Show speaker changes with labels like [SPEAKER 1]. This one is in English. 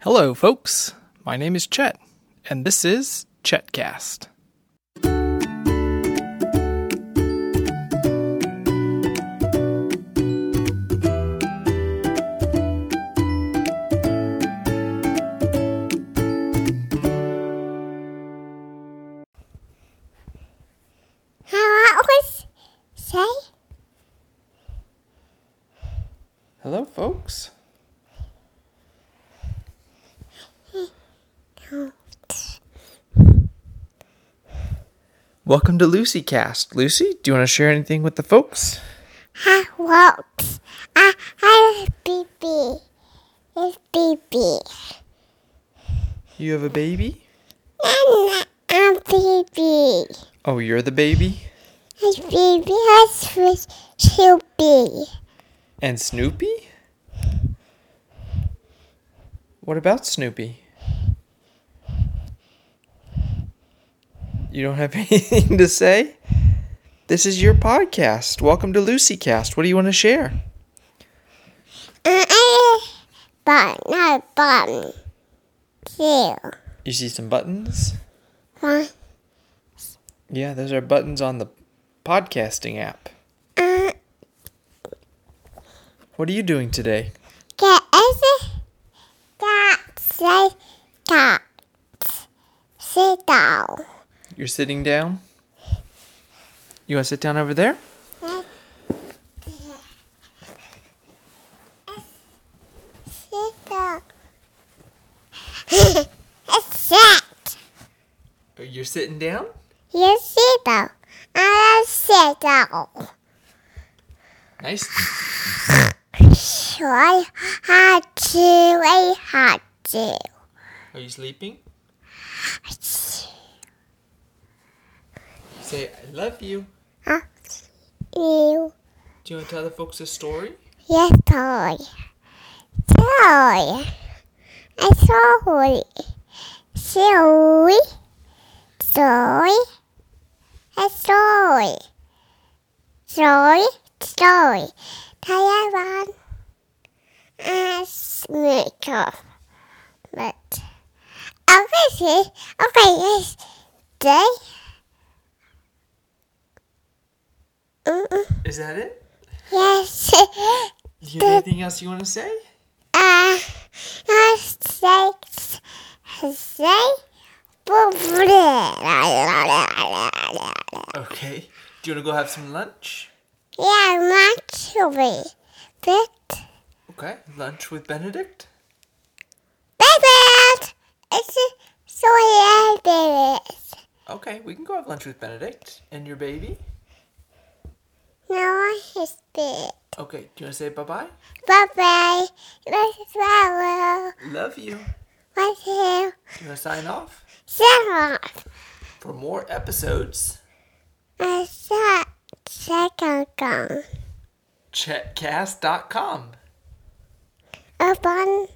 [SPEAKER 1] Hello, folks. My name is Chet, and this is Chetcast.
[SPEAKER 2] How I always say,
[SPEAKER 1] Hello, folks. Welcome to Lucy Cast. Lucy, do you want to share anything with the folks?
[SPEAKER 2] I walked. I I was BB. It's BB.
[SPEAKER 1] You have a baby?
[SPEAKER 2] And I'm BB.
[SPEAKER 1] Oh, you're the baby?
[SPEAKER 2] It's BB. I switch to B.
[SPEAKER 1] And Snoopy? What about Snoopy? You don't have anything to say? This is your podcast. Welcome to Lucy Cast. What do you want to share?
[SPEAKER 2] And I button. I button. Two.
[SPEAKER 1] You see some buttons?
[SPEAKER 2] One.
[SPEAKER 1] Yeah, those are buttons on the podcasting app.
[SPEAKER 2] Uh,
[SPEAKER 1] What are you doing today?
[SPEAKER 2] get it. That say that. Sit down.
[SPEAKER 1] You're sitting down? You want to sit down over there?
[SPEAKER 2] Sit down. It's that.
[SPEAKER 1] You're sitting down?
[SPEAKER 2] You see though. I sit down.
[SPEAKER 1] Nice.
[SPEAKER 2] So I had to, I had to.
[SPEAKER 1] Are you sleeping? Say, I love you.
[SPEAKER 2] Huh? You,
[SPEAKER 1] Do you want to tell the folks a story?
[SPEAKER 2] yes, toy. Toy. I saw it. Sorry. Sorry. I saw it. Sorry. Sorry. Taiwan. And sneaker. But. Okay, see. Okay, yes. Day. Mm,
[SPEAKER 1] Is that it?
[SPEAKER 2] Yes.
[SPEAKER 1] Do you have anything else you want to say?
[SPEAKER 2] Uh, I say, say, yeah,
[SPEAKER 1] Okay. Do you want to go have some lunch?
[SPEAKER 2] naturally. But,
[SPEAKER 1] Okay. Lunch with Benedict?
[SPEAKER 2] but, it's so hilarious.
[SPEAKER 1] Okay, we can go have lunch with Benedict and your baby.
[SPEAKER 2] Now it's big.
[SPEAKER 1] Okay, do you want to say bye bye?
[SPEAKER 2] Bye bye. Let's follow.
[SPEAKER 1] Love you.
[SPEAKER 2] Let's hear.
[SPEAKER 1] Do you want to sign off?
[SPEAKER 2] Set off.
[SPEAKER 1] For more episodes,
[SPEAKER 2] I saw second gun.
[SPEAKER 1] chetcast.com.
[SPEAKER 2] Up on